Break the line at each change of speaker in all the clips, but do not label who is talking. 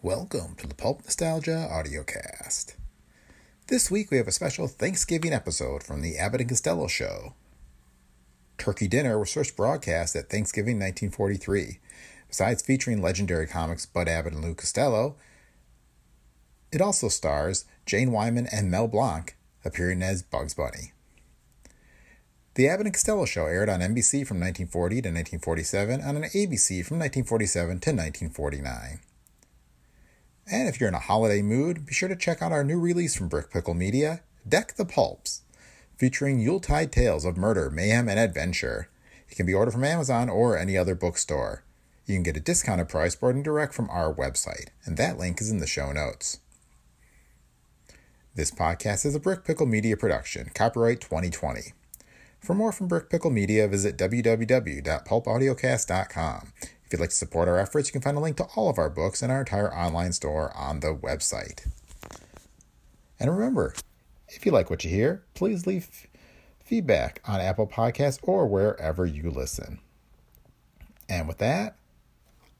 Welcome to the Pulp Nostalgia Audiocast. This week we have a special Thanksgiving episode from the Abbott and Costello show. Turkey Dinner was first broadcast at Thanksgiving 1943. Besides featuring legendary comics Bud Abbott and Lou Costello, it also stars Jane Wyman and Mel Blanc appearing as Bugs Bunny. The Abbott and Costello Show aired on NBC from 1940 to 1947 and on ABC from 1947 to 1949. And if you're in a holiday mood, be sure to check out our new release from Brick Pickle Media, Deck the Pulps, featuring Yuletide tales of murder, mayhem, and adventure. It can be ordered from Amazon or any other bookstore. You can get a discounted price by ordering direct from our website, and that link is in the show notes. This podcast is a Brick Pickle Media production, copyright 2020. For more from Brick Pickle Media, visit www.pulpaudiocast.com. If you'd like to support our efforts, you can find a link to all of our books and our entire online store on the website. And remember, if you like what you hear, please leave f- feedback on Apple Podcasts or wherever you listen. And with that,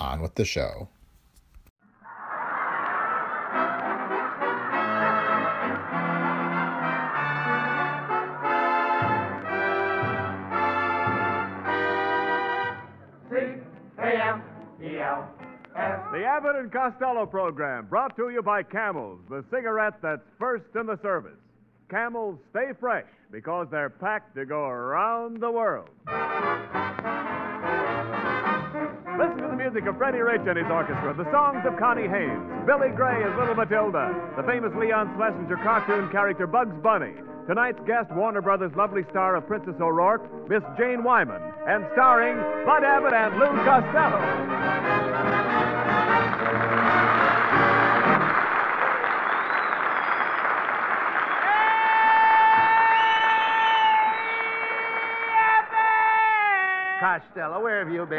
on with the show.
E
C-A-M-E-L-S.
The Abbott and Costello program brought to you by Camels, the cigarette that's first in the service. Camels stay fresh because they're packed to go around the world. Listen to the music of Freddie Rich and his orchestra, the songs of Connie Haynes, Billy Gray as Little Matilda, the famous Leon Schlesinger cartoon character Bugs Bunny, tonight's guest, Warner Brothers' lovely star of Princess O'Rourke, Miss Jane Wyman, and starring Bud Abbott and Lou Costello.
Costello, where have you been?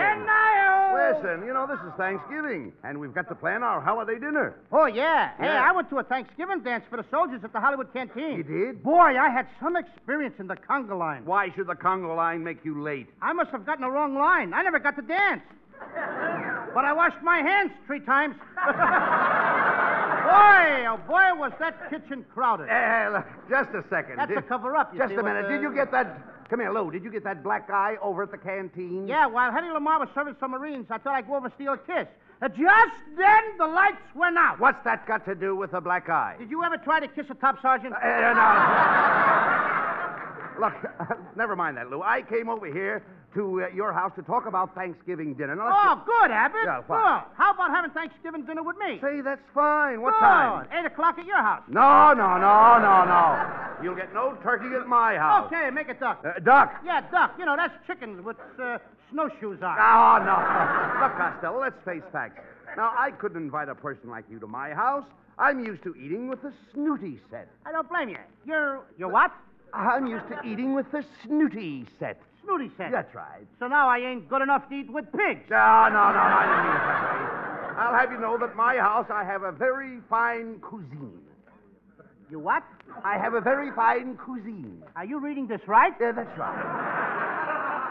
Listen, you know, this is Thanksgiving, and we've got to plan our holiday dinner.
Oh, yeah. Hey,
Yeah.
I went to a Thanksgiving dance for the soldiers at the Hollywood Canteen.
You did?
Boy, I had some experience in the conga line.
Why should the Congo line make you late?
I must have gotten the wrong line. I never got to dance. but I washed my hands three times. boy, oh, boy, was that kitchen crowded.
Eh, look, just a second.
That's a
Did-
cover-up, you
Just
see,
a
what
minute.
the-
Did you get that? Come here, Lou. Did you get that black guy over at the canteen?
Yeah, while Henry Lamar was serving some Marines, I thought I'd go over and steal a kiss. Uh, just then, the lights went out.
What's that got to do with the black eye?
Did you ever try to kiss a top sergeant?
Eh, no. Look, never mind that, Lou. I came over here to uh, your house to talk about Thanksgiving dinner. Now, let's
Oh, good, Abbott.
Yeah,
good.
what?
How about having Thanksgiving dinner with me?
just- Say, that's fine. What
Good.
time?
Eight o'clock at your house.
No, no, no, no, no. You'll get no turkey at my house.
Okay, make it duck.
Uh, duck.
yeah, duck. You know, that's chickens with uh, snowshoes on.
Oh, no. Look, Costello, let's face facts. Now, I couldn't invite a person like you to my house. I'm used to eating with the snooty set.
I don't blame you. You're you're what?
I'm used to eating with the snooty set.
Snooty said.
That's right.
So now I ain't good enough to eat with pigs.
No, no, no, no, I didn't mean it that way. I'll have you know that my house, I have a very fine cuisine.
You what?
I have a very fine cuisine.
Are you reading this right?
Yeah, that's right.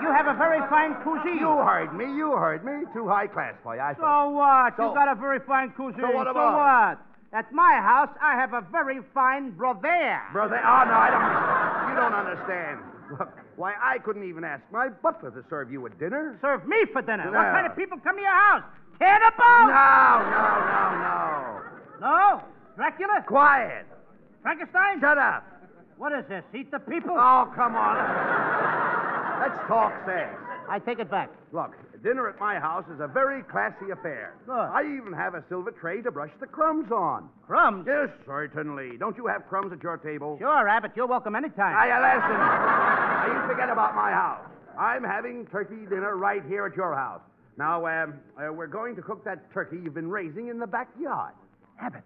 You have a very fine cuisine.
You heard me. You heard me. Too high class for you, I thought.
So what?
So-
you got a very fine cuisine.
So what
so
about
what? At my house, I have a very fine brovere.
Brother, oh, no, I don't. understand. You don't understand. Look, why, I couldn't even ask my butler to serve you a dinner.
Serve me for dinner.
Yeah.
What kind of people come to your house? Cannibals?
No, no, no, no.
No. Dracula?
Quiet.
Frankenstein?
Shut up.
What is this? Eat the people?
Oh, come on. Let's talk sense.
I take it back.
Look, dinner at my house is a very classy affair.
Good.
I even have a silver tray to brush the crumbs on.
Crumbs?
Yes, certainly. Don't you have crumbs at your table?
Sure, Abbott, you're welcome anytime.
I listen. Now, you forget about my house. I'm having turkey dinner right here at your house. Now, um, uh, we're going to cook that turkey you've been raising in the backyard.
Abbott,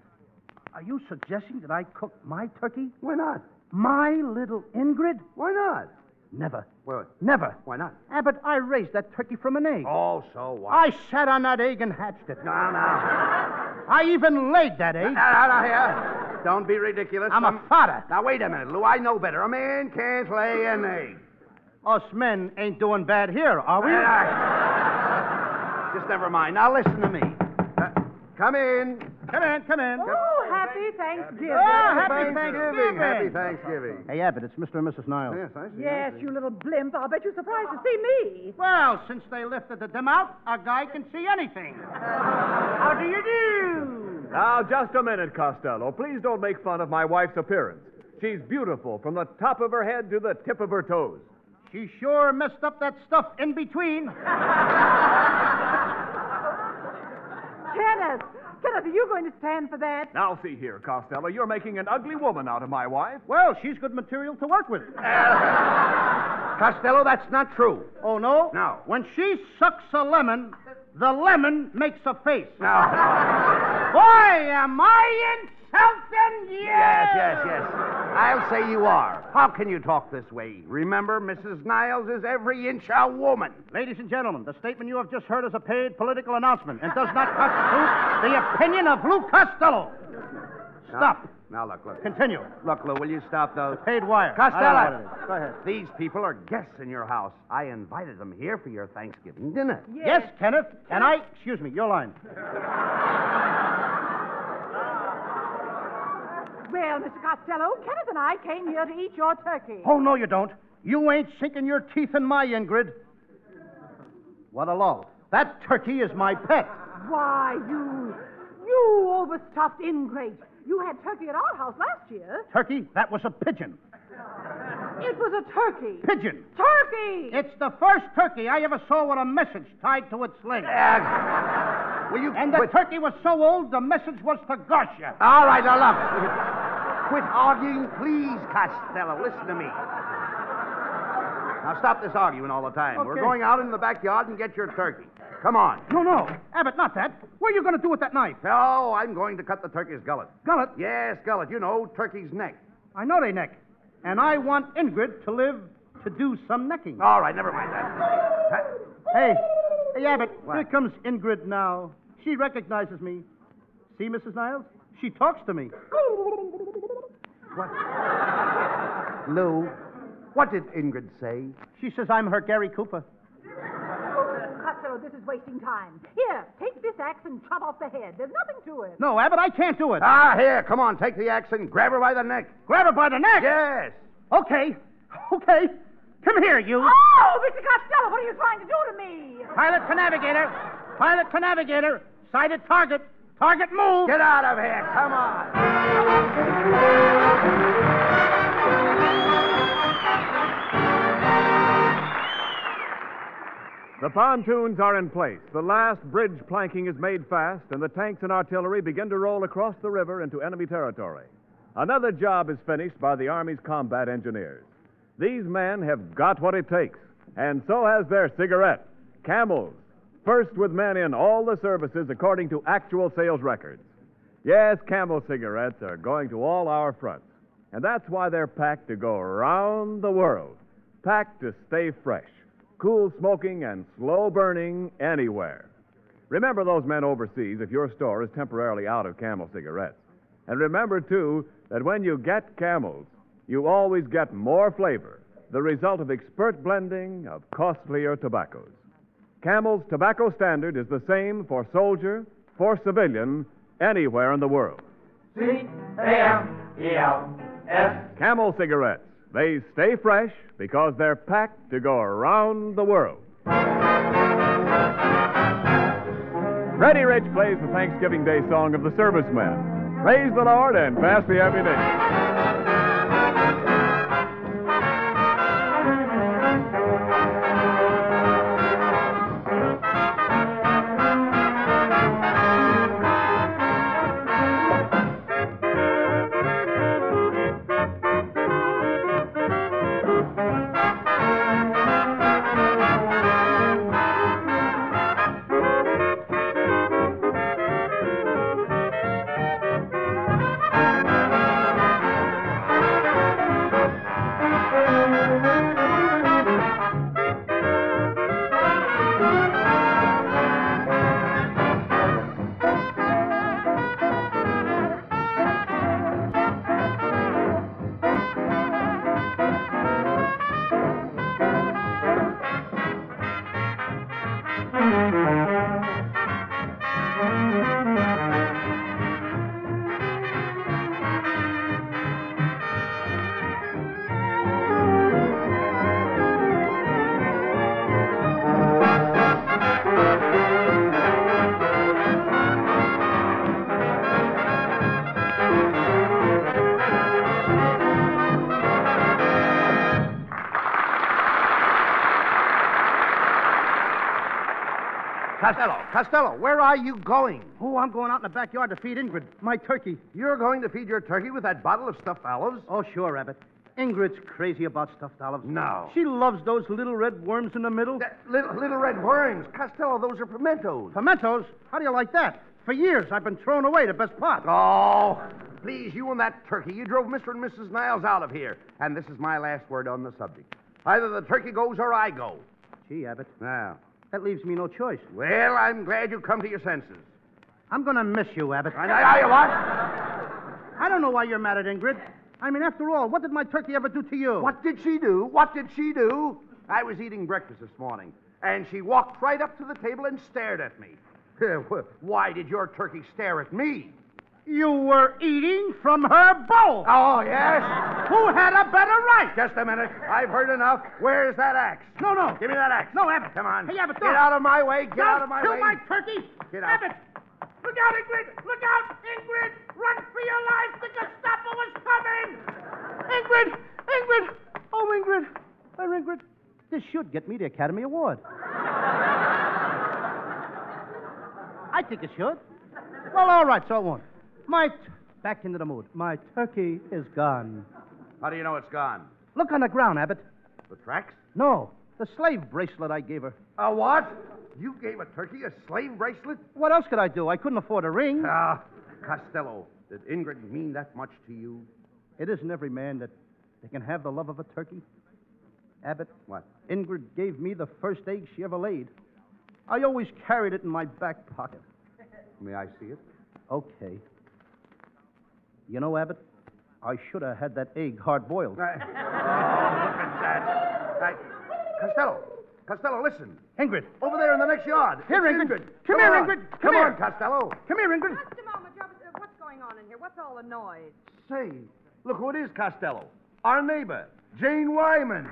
are you suggesting that I cook my turkey?
Why not?
My little Ingrid?
Why not?
Never.
Well,
Never.
why not?
Abbott, I raised that turkey from an egg.
Oh, so what?
I sat on that egg and hatched it.
No, no.
I even laid that egg.
No, no, no, here. Don't be ridiculous.
I'm a
Some-
father.
Now, wait a minute, Lou. I know better. A man can't lay an egg.
Us men ain't doing bad here, are we?
Well, I- Just never mind. Now, listen to me. Uh, Come in.
Come in, come in.
Oh, happy Thanksgiving.
Oh, happy Thanksgiving.
Happy Thanksgiving.
Hey, Abbott, it's Mr. and Mrs. Niles.
Yes, I see.
Yes, you little blimp. I'll bet you're surprised to see me.
Well, since they lifted the dim out, a guy can see anything. How do you do?
Now, just a minute, Costello. Please don't make fun of my wife's appearance. She's beautiful from the top of her head to the tip of her toes.
She sure messed up that stuff in between.
Kenneth, Kenneth, are you going to stand for that?
Now, see here, Costello. You're making an ugly woman out of my wife.
Well, she's good material to work with.
Costello, that's not true.
Oh, no?
No.
When she sucks a lemon, the lemon makes a face.
No.
Boy, am I insulting you!
Yes, yes, yes. I'll say you are. How can you talk this way? Remember, Mrs. Niles is every inch a woman.
Ladies and gentlemen, the statement you have just heard is a paid political announcement and does not constitute the opinion of Lou Costello. Stop.
Now, look, look.
Continue.
Look, Lou, will you stop those?
Paid wire. I don't know what it
Costello!
is. Go ahead.
These people are guests in your house. I invited them here for your Thanksgiving dinner.
Yes, Kenneth. And I, excuse me, your line.
Well, Mr. Costello, Kenneth and I came here to eat your turkey.
Oh, no, you don't. You ain't sinking your teeth in my Ingrid. What a lull. That turkey is my pet.
Why, you, you overstuffed ingrate. You had turkey at our house last year.
Turkey? That was a pigeon.
It was a turkey.
Pigeon.
Turkey!
It's the first turkey I ever saw with a message tied to its leg.
Uh, will you
And the
quit?
turkey was so old, the message was to gosh you.
All right, now, look. Quit arguing, please, Costello. Listen to me. Now, stop this arguing all the time. We're
Okay.
going out in the backyard and get your turkey. Come on.
No, no. Abbott, not that. What are you going to do with that knife?
Oh, I'm going to cut the turkey's gullet.
Gullet?
Yes, gullet. You know, turkey's neck.
I know they neck. And I want Ingrid to live to do some necking.
All right, never mind that.
Hey, hey, Abbott,
What?
here comes Ingrid now. She recognizes me. See, Mrs. Niles? She talks to me.
Huh? Lou, what did Ingrid say?
She says I'm her Gary Cooper.
Oh, Costello, this is wasting time. Here, take this axe and chop off the head. There's nothing to it.
No, Abbott, I can't do it.
Ah, here, come on, take the axe and grab her by the neck.
Grab her by the neck.
Yes.
Okay, okay. Come here, you.
Oh, Mr. Costello, what are you trying to do to me?
Pilot to navigator. Pilot to navigator. Sighted target. Target move.
Get out of here, come on.
The pontoons are in place. The last bridge planking is made fast, and the tanks and artillery begin to roll across the river into enemy territory. Another job is finished by the Army's combat engineers. These men have got what it takes, and so has their cigarette. Camels, first with men in all the services according to actual sales records. Yes, Camel cigarettes are going to all our fronts, and that's why they're packed to go around the world, packed to stay fresh, cool smoking, and slow burning anywhere. Remember those men overseas if your store is temporarily out of Camel cigarettes. And remember, too, that when you get Camels, you always get more flavor, the result of expert blending of costlier tobaccos. Camel's tobacco standard is the same for soldier, for civilian, anywhere in the world.
E
C-A-M-E-L-S.
Camel cigarettes. They stay fresh because they're packed to go around the world. Freddie Rich plays the Thanksgiving Day song of the servicemen. Praise the Lord and pass the ammunition.
Costello, Costello, where are you going?
Oh, I'm going out in the backyard to feed Ingrid, my turkey.
You're going to feed your turkey with that bottle of stuffed olives?
Oh, sure, Rabbit. Ingrid's crazy about stuffed olives.
No.
She loves those little red worms in the middle.
That little, little red worms. Costello, those are pimentos.
Pimentos? How do you like that? For years, I've been throwing away the best part.
Oh, please, you and that turkey. You drove Mr. and Mrs. Niles out of here. And this is my last word on the subject. Either the turkey goes or I go.
Gee, Abbott,
Now,
that leaves me no choice.
well, I'm glad you come to your senses.
I'm going to miss you, Abbott.
I, I, I,
I don't know why you're mad at Ingrid. I mean, after all, what did my turkey ever do to you?
what? What did she do? What did she do? I was eating breakfast this morning, and she walked right up to the table and stared at me. Why did your turkey stare at me?
You were eating from her bowl.
Oh, yes?
Who had a better right?
Just a minute. I've heard enough. Where's that axe?
No, no.
Give me that axe.
No, Abbott.
Come on.
Hey, Abbott,
Get
don't.
out of my way. Get
Don't
out of my
kill
way.
my turkey.
Get out.
Abbott. Look out, Ingrid. Look out, Ingrid. Run for your life. The Gestapo is coming. Ingrid. Ingrid. Oh, Ingrid. Oh, Ingrid. This should get me the Academy Award. I think it should. Well, all right, so it won't. My. T- back into the mood. My turkey is gone.
How do you know it's gone?
Look on the ground, Abbott.
The tracks?
No, the slave bracelet I gave her.
A what? You gave a turkey a slave bracelet?
What else could I do? I couldn't afford a ring.
Ah, Costello, did Ingrid mean that much to you?
It isn't every man that, that can have the love of a turkey. Abbott,
What?
Ingrid gave me the first egg she ever laid. I always carried it in my back pocket.
May I see it?
Okay. You know, Abbott, I should have had that egg hard boiled.
I- oh, look at that. I, Costello, Costello, listen.
Ingrid,
Over there in the next yard.
Here,
It's
Ingrid. Come here,
on.
Ingrid. Come
Come
here.
on, Costello.
come here, Ingrid.
Just a moment, Robert. Uh, what's going on in here? What's all the noise?
Say, look who it is, Costello. Our neighbor, Jane Wyman.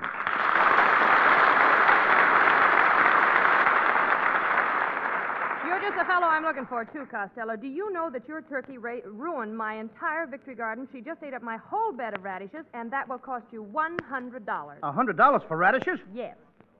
You're just the fellow I'm looking for, too, Costello. Do you know that your turkey ra- ruined my entire victory garden? She just ate up my whole bed of radishes, and that will cost you $100.
A hundred dollars for radishes?
yes.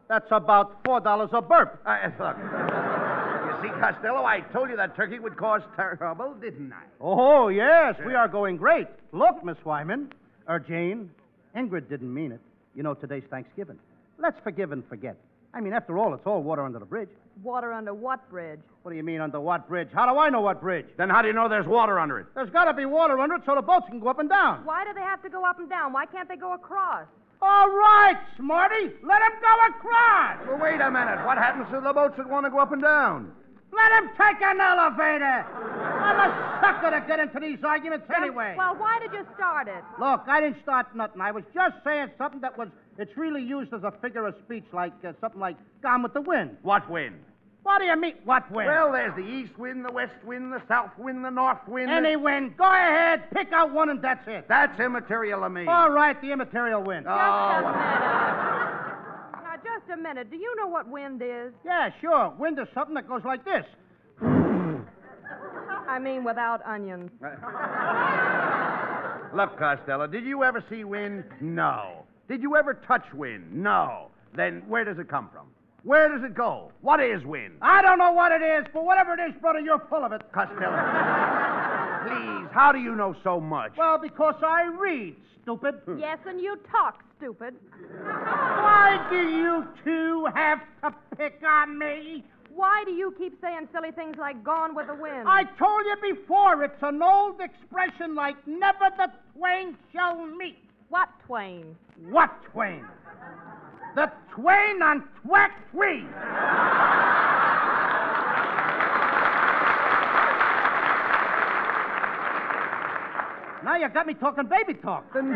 That's about four dollars a burp.
I, look. You see, Costello, I told you that turkey would cause trouble, didn't I?
Oh, yes, we are going great. Look, Miss Wyman, or Jane, Ingrid didn't mean it. You know, today's Thanksgiving. Let's forgive and forget. I mean, after all, it's all water under the bridge.
Water under what bridge?
What do you mean, under what bridge? How do I know what bridge?
Then how do you know there's water under it?
There's got to be water under it so the boats can go up and down.
Why do they have to go up and down? Why can't they go across?
All right, Smarty, let him go across.
Well, wait a minute. What happens to the boats that want to go up and down?
Let him take an elevator. I'm a sucker to get into these arguments anyway.
Well, why did you start it?
Look, I didn't start nothing. I was just saying something that was, it's really used as a figure of speech, like uh, something like gone with the wind.
What wind?
What do you mean, what wind?
Well, there's the east wind, the west wind, the south wind, the north wind. the-
any wind. Go ahead, pick out one, and that's it.
That's immaterial to me.
All right, the immaterial wind.
Oh,
Just a
well,
minute. now, just a minute. Do you know what wind is?
Yeah, sure. Wind is something that goes like this.
I mean, without onions.
look, Costello, did you ever see wind? No. Did you ever touch wind? No. Then where does it come from? Where does it go? What is wind?
I don't know what it is, but whatever it is, brother, you're full of it.
Costello. Please, how do you know so much?
Well, because I read, stupid.
Yes, and you talk, stupid.
Why do you two have to pick on me?
Why do you keep saying silly things like gone with the wind?
I told you before, it's an old expression like never the twain shall meet.
What twain?
What twain? The twain on twack twain. Now you got me talking baby talk.
then,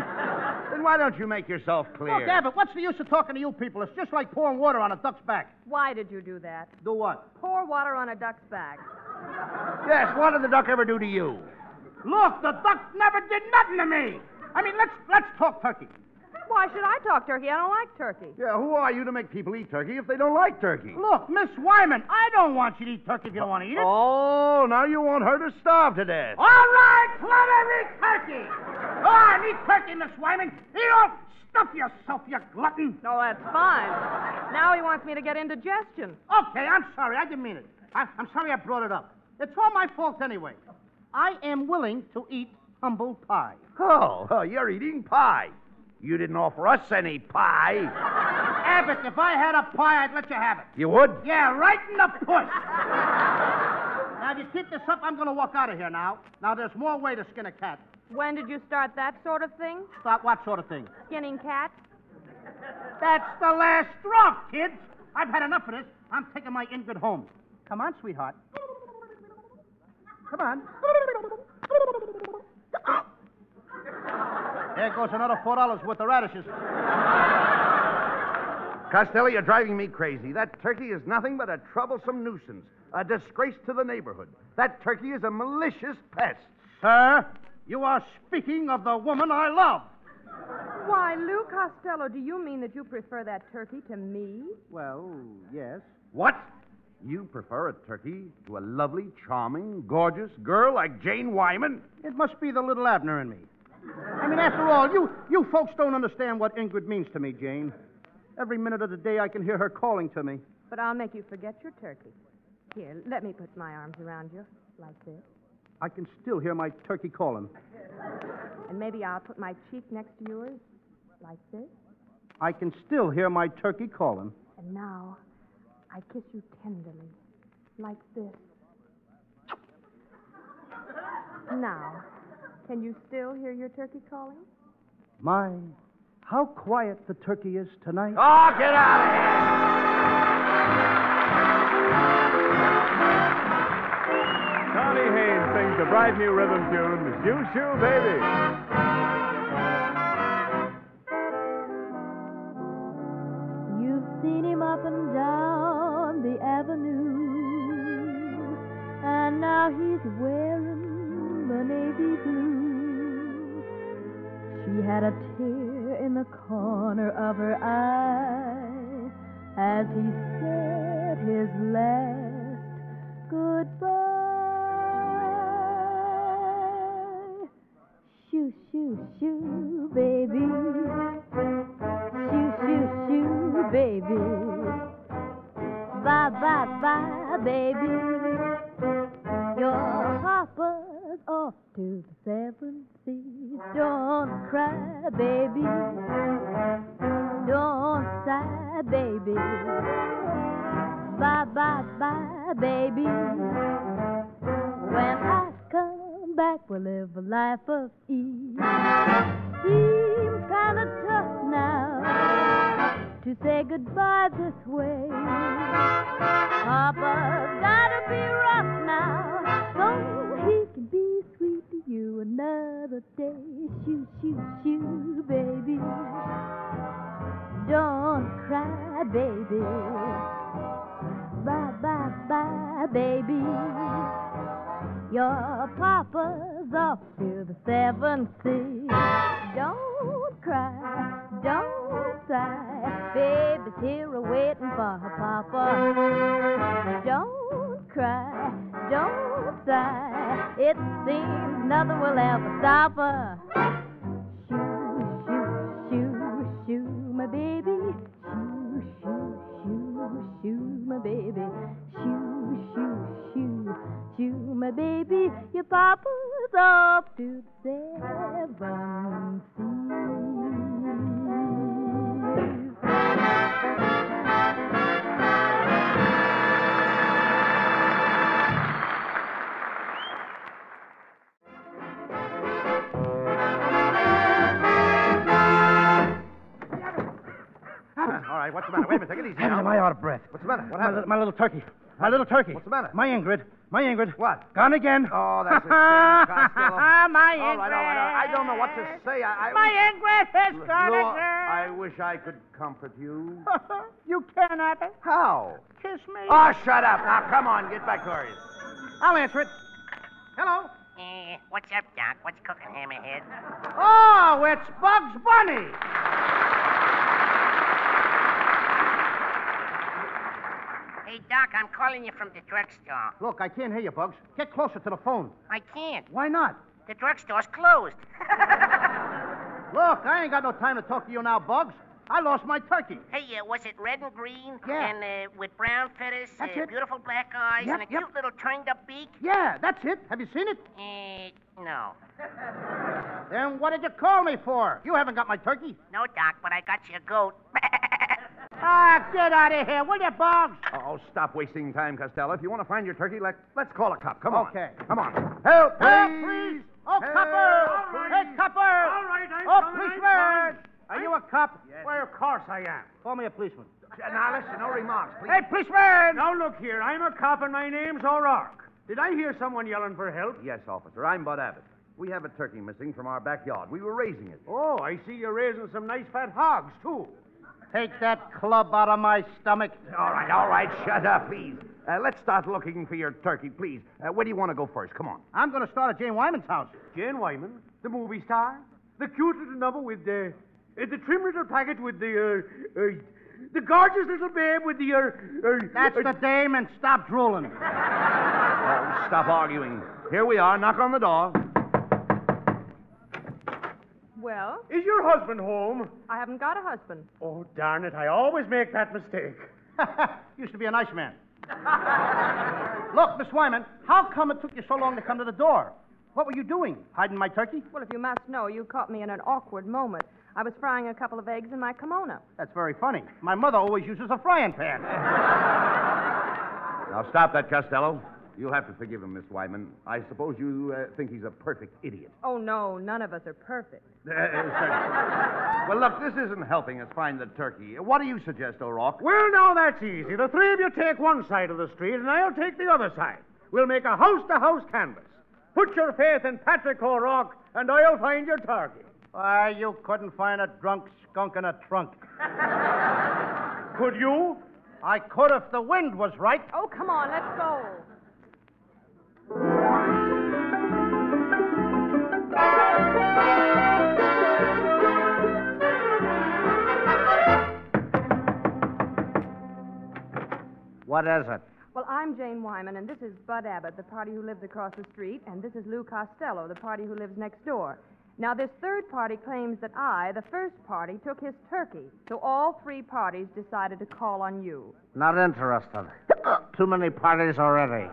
then why don't you make yourself clear?
Look, Abbott, what's the use of talking to you people? It's just like pouring water on a duck's back.
Why did you do that?
Do what?
Pour water on a duck's back.
Yes, what did the duck ever do to you?
Look, the duck never did nothing to me. I mean, let's let's talk turkey.
Why should I talk turkey? I don't like turkey.
Yeah, who are you to make people eat turkey if they don't like turkey?
Look, Miss Wyman, I don't want you to eat turkey if you don't want to eat it.
Oh, now you want her to starve to death.
All right, let her eat turkey. Go on, eat turkey, Miss Wyman. Eat all. Stuff yourself, you glutton.
Oh, No, that's fine. Now he wants me to get indigestion.
Okay, I'm sorry. I didn't mean it. I, I'm sorry I brought it up. It's all my fault anyway. I am willing to eat humble pie.
Oh, oh, you're eating pie. You didn't offer us any pie.
Abbott, if I had a pie, I'd let you have it.
You would?
Yeah, right in the push. now, if you keep this up, I'm going to walk out of here now. Now, there's more way to skin a cat.
When did you start that sort of thing?
Stop what sort of thing?
Skinning cats?
That's the last straw, kids. I've had enough of this. I'm taking my Ingrid home. Come on, sweetheart. Come on. There goes another four dollars worth of radishes.
Costello, you're driving me crazy. That turkey is nothing but a troublesome nuisance, a disgrace to the neighborhood. That turkey is a malicious pest.
Sir, you are speaking of the woman I love.
Why, Lou Costello, do you mean that you prefer that turkey to me?
Well, yes.
What? You prefer a turkey to a lovely, charming, gorgeous girl like Jane Wyman?
It must be the little Abner in me. I mean, after all, you, you folks don't understand what Ingrid means to me, Jane. Every minute of the day, I can hear her calling to me.
But I'll make you forget your turkey. Here, let me put my arms around you, like this.
I can still hear my turkey calling.
And maybe I'll put my cheek next to yours, like this.
I can still hear my turkey calling.
And now I kiss you tenderly, like this. Now, can you still hear your turkey calling?
My, how quiet the turkey is tonight.
Oh, get out of here!
Connie Haynes sings the bright new rhythm tune, Shoo Shoo Baby.
You've seen him up and down the avenue, and now he's wearing the navy blue. She had a tear in the corner of her eye as he said his last goodbye. Shoo, shoo, shoo, baby. Shoo, shoo, shoo, baby. Bye, bye, bye, baby. Your papa's off to the seven seas. Don't cry, baby. Don't sigh, baby. Bye, bye, bye, baby. When I come back, we'll live a life of ease seems kind of tough now to say goodbye this way. Papa's gotta be rough now, so he can be sweet to you another day. Shoo, shoo, shoo, baby. Don't cry, baby. Bye, bye, bye, baby. Your papa's off to the seven seas. Don't cry, don't sigh. Baby's here a waiting for her papa. Don't cry, don't sigh. It seems nothing will ever stop her. Shoo, shoo, shoo, shoo, my baby. Shoo, shoo, shoo, shoo, my baby. Shoo, shoo, shoo, shoo, my baby. Your papa's off to seven seas.
All right, what's the matter? Wait a minute, take it easy
Heavens,
now.
am I out of breath?
What's the matter? What
my,
happened?
little, my little turkey. My little turkey.
What's the matter?
My Ingrid. My Ingrid.
What?
Gone again.
Oh, that's a shame, Costello.
my Ingrid.
All right, all right, all right. I don't know what to say. I, I
My Ingrid
Lou,
has gone again.
I wish I could comfort you.
you can, Abbott.
How?
Kiss me.
Oh, shut up. Now, come on, get back to her.
I'll answer it. Hello.
Eh, what's up, Doc? What's cooking, Hammerhead?
Oh, it's Bugs Bunny.
Hey, Doc, I'm calling you from the drugstore.
Look, I can't hear you, Bugs. Get closer to the phone.
I can't.
Why not?
The drugstore's closed.
Look, I ain't got no time to talk to you now, Bugs.
I lost my turkey.
Hey, uh, was it red and green?
Yeah.
And uh, with brown feathers,
That's
uh,
it.
beautiful black eyes,
Yep,
and a
yep.
cute little turned up beak?
Yeah, that's it. Have you seen it?
Eh, no.
Then what did you call me for? You haven't got my turkey.
No, Doc, but I got you a goat.
Ah, get out of here, will you, Boggs?
Oh, stop wasting time, Costello. If you want to find your turkey, let, let's call a cop. Come on.
Okay.
Come on. Help, please.
Help, please! Oh,
Help,
copper!
please.
Hey, copper!
All right, I'm
Oh,
coming, I'm
policeman!
coming.
Are you a cop?
Why, of course I am.
Call me a policeman.
Now, listen, no remarks, please.
Hey, policeman!
Now look here, I'm a cop and my name's O'Rourke. Did I hear someone yelling for help?
Yes, officer, I'm Bud Abbott. We have a turkey missing from our backyard. We were raising it.
Oh, I see you're raising some nice fat hogs, too. Oh,
Take that club out of my stomach.
All right, all right, shut up, please. Uh, let's start looking for your turkey, please. Uh, where do you want to go first? Come on.
I'm going to start at Jane Wyman's house.
Jane Wyman, the movie star, the cute little number with the, uh, the trim little packet with the, uh, uh, the gorgeous little babe with the, uh, uh,
That's
uh,
the dame, and stop drooling.
Oh, stop arguing. Here we are. Knock on the door.
Well,
Is your husband home?
I haven't got a husband.
Oh, darn it, I always make that mistake.
Used to be a nice man. Look, Miss Wyman, how come it took you so long to come to the door? What were you doing? Hiding my turkey?
Well, if you must know, you caught me in an awkward moment. I was frying a couple of eggs in my kimono.
That's very funny. My mother always uses a frying pan.
Now, stop that, Costello. You'll have to forgive him, Miss Wyman. I suppose you uh, think he's a perfect idiot.
Oh, no, none of us are perfect.
Uh, uh, well, look, this isn't helping us find the turkey. What do you suggest, O'Rourke?
Well, now that's easy. The three of you take one side of the street, and I'll take the other side. We'll make a house to house canvas. Put your faith in Patrick O'Rourke, and I'll find your target.
Why, you couldn't find a drunk skunk in a trunk.
Could you?
I could if the wind was right.
Oh, come on, let's go.
What is it?
Well, I'm Jane Wyman, and this is Bud Abbott, the party who lives across the street, and this is Lou Costello, the party who lives next door. Now, this third party claims that I, the first party, took his turkey, so all three parties decided to call on you.
Not interested. Too many parties already.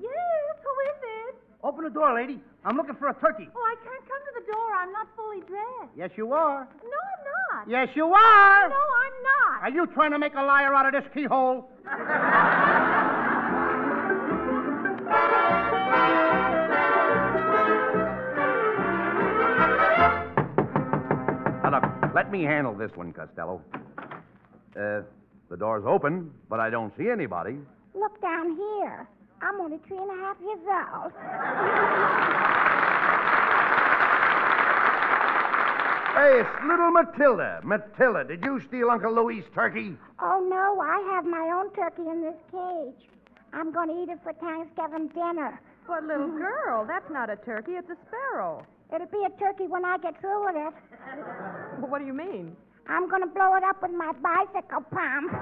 Yes, who is it?
Open the door, lady. I'm looking for a turkey.
Oh, I can't come to the door. I'm not fully dressed.
Yes, you are.
No, I'm not.
Yes, you are.
No, I'm not.
Are you trying to make a liar out of this keyhole?
Now, look, let me handle this one, Costello. Uh, the door's open, but I don't see anybody.
Look down here. I'm only three and a half years old.
Hey, it's little Matilda. Matilda, did you steal Uncle Louis' turkey?
Oh, no, I have my own turkey in this cage. I'm going to eat it for Thanksgiving dinner.
But, little girl, that's not a turkey, it's a sparrow.
It'll be a turkey when I get through with it.
Well, what do you mean?
I'm going to blow it up with my bicycle pump.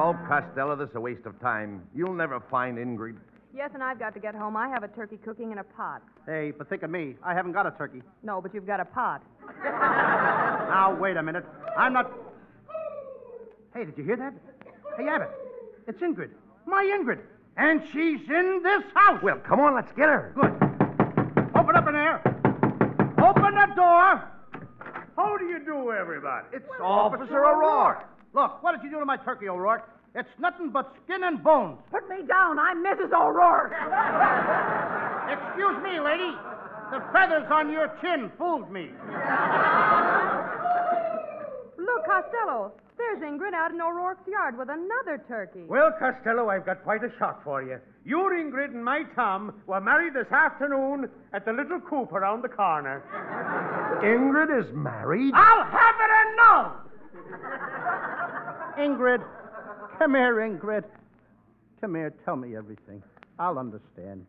Oh, Costello, this is a waste of time. You'll never find Ingrid.
Yes, and I've got to get home. I have a turkey cooking in a pot.
Hey, but think of me. I haven't got a turkey.
No, but you've got a pot.
Now, wait a minute. I'm not. Hey, did you hear that? Hey, Abbott. It's Ingrid. My Ingrid. And she's in this house.
Well, come on, let's get her.
good. Open up in there. Open the door.
How do you do, everybody?
It's Officer O'Rourke.
Look, what did you do to my turkey, O'Rourke? It's nothing but skin and bones.
Put me down. I'm Mrs. O'Rourke.
Excuse me, lady. The feathers on your chin fooled me.
Look, Costello, there's Ingrid out in O'Rourke's yard with another turkey.
Well, Costello, I've got quite a shock for you. Your Ingrid and my Tom were married this afternoon at the little coop around the corner. Ah!
Ingrid is married?
I'll have it and no! Ingrid, come here, Ingrid. Come here, tell me everything. I'll understand.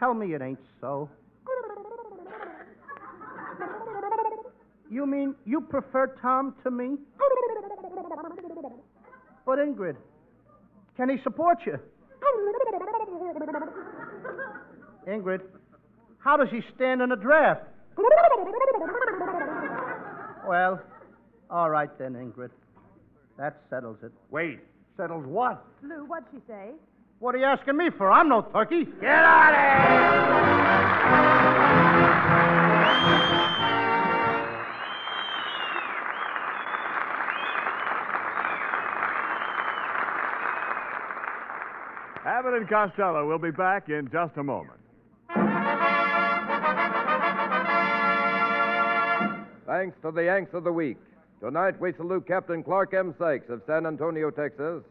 Tell me it ain't so. You mean you prefer Tom to me? But Ingrid, can he support you? Ingrid, how does he stand in a draft? Well, all right then, Ingrid. That settles it.
Wait.
Settles what?
Lou, what'd she say?
What are you asking me for? I'm no turkey.
Get out of here!
Abbott and Costello will be back in just a moment.
Thanks to the Yanks of the Week. Tonight we salute Captain Clark M. Sykes of San Antonio, Texas,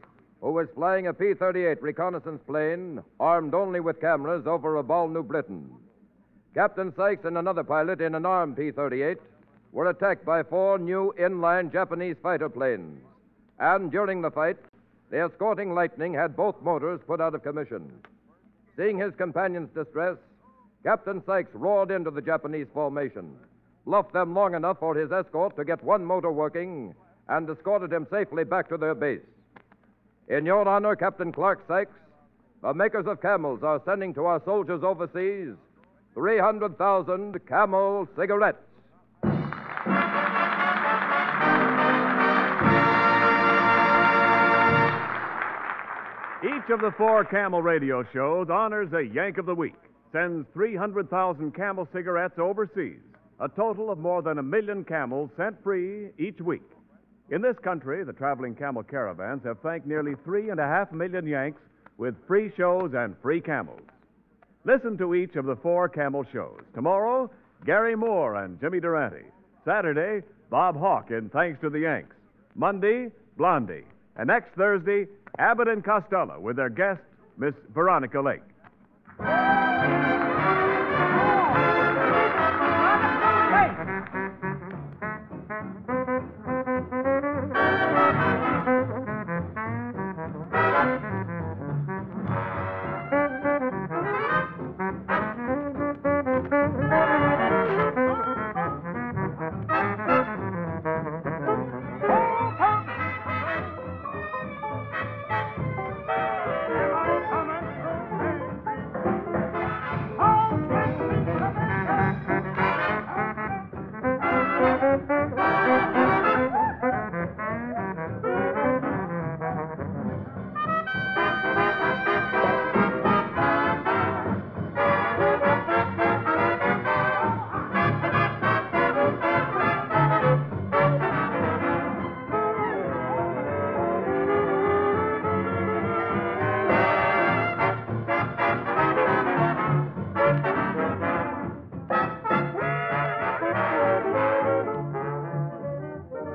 who was flying a P 38 reconnaissance plane armed only with cameras over Rabaul, New Britain. Captain Sykes and another pilot in an armed P 38 were attacked by four new inline Japanese fighter planes. And during the fight, the escorting Lightning had both motors put out of commission. Seeing his companion's distress, Captain Sykes roared into the Japanese formation, bluffed them long enough for his escort to get one motor working, and escorted him safely back to their base. In your honor, Captain Clark Sykes, the makers of camels are sending to our soldiers overseas 300,000 camel cigarettes.
Each of the four Camel radio shows honors a Yank of the Week, sends 300,000 Camel cigarettes overseas, a total of more than a million camels sent free each week. In this country, the traveling camel caravans have thanked nearly three and a half million Yanks with free shows and free camels. Listen to each of the four camel shows. Tomorrow, Gary Moore and Jimmy Durante. Saturday, Bob Hawk in Thanks to the Yanks. Monday, Blondie. And next Thursday, Abbott and Costello with their guest, Miss Veronica Lake.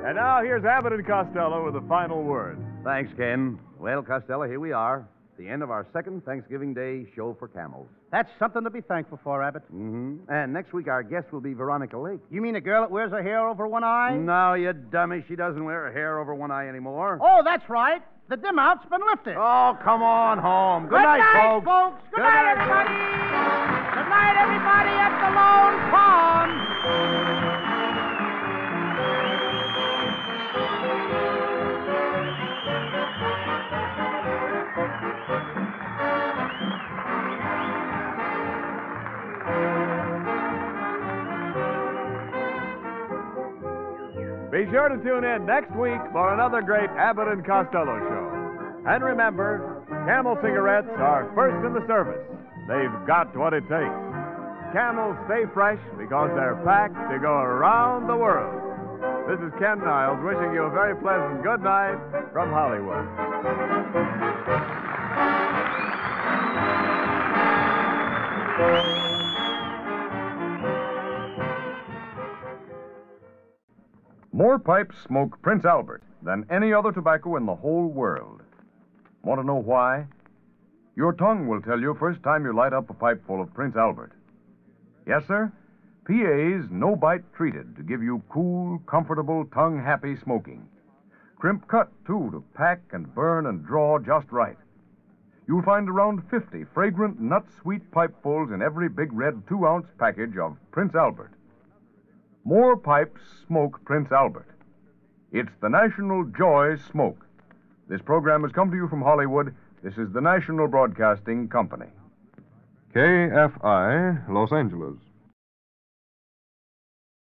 And now here's Abbott and Costello with the final word.
Thanks, Ken. Well, Costello, here we are. The end of our second Thanksgiving Day show for camels.
That's something to be thankful for, Abbott.
Mm-hmm. And next week our guest will be Veronica Lake.
You mean the girl that wears her hair over one eye?
No, you dummy. She doesn't wear her hair over one eye anymore.
Oh, that's right. The dim out's been lifted.
Oh, come on home. Good, night, folks.
Good, night, everybody. Good night, everybody at the Lone Pond.
Be sure to tune in next week for another great Abbott and Costello show. And remember, Camel cigarettes are first in the service. They've got what it takes. Camels stay fresh because they're packed to go around the world. This is Ken Niles wishing you a very pleasant good night from Hollywood.
More pipes smoke Prince Albert than any other tobacco in the whole world. Want to know why? Your tongue will tell you first time you light up a pipeful of Prince Albert. Yes, sir. PA's No Bite Treated to give you cool, comfortable, tongue happy smoking. Crimp cut, too, to pack and burn and draw just right. you'll find around 50 fragrant nut sweet pipefuls in every big red two ounce package of Prince Albert. More pipes smoke Prince Albert. It's the National Joy Smoke. This program has come to you from Hollywood. This is the National Broadcasting Company.
KFI, Los Angeles.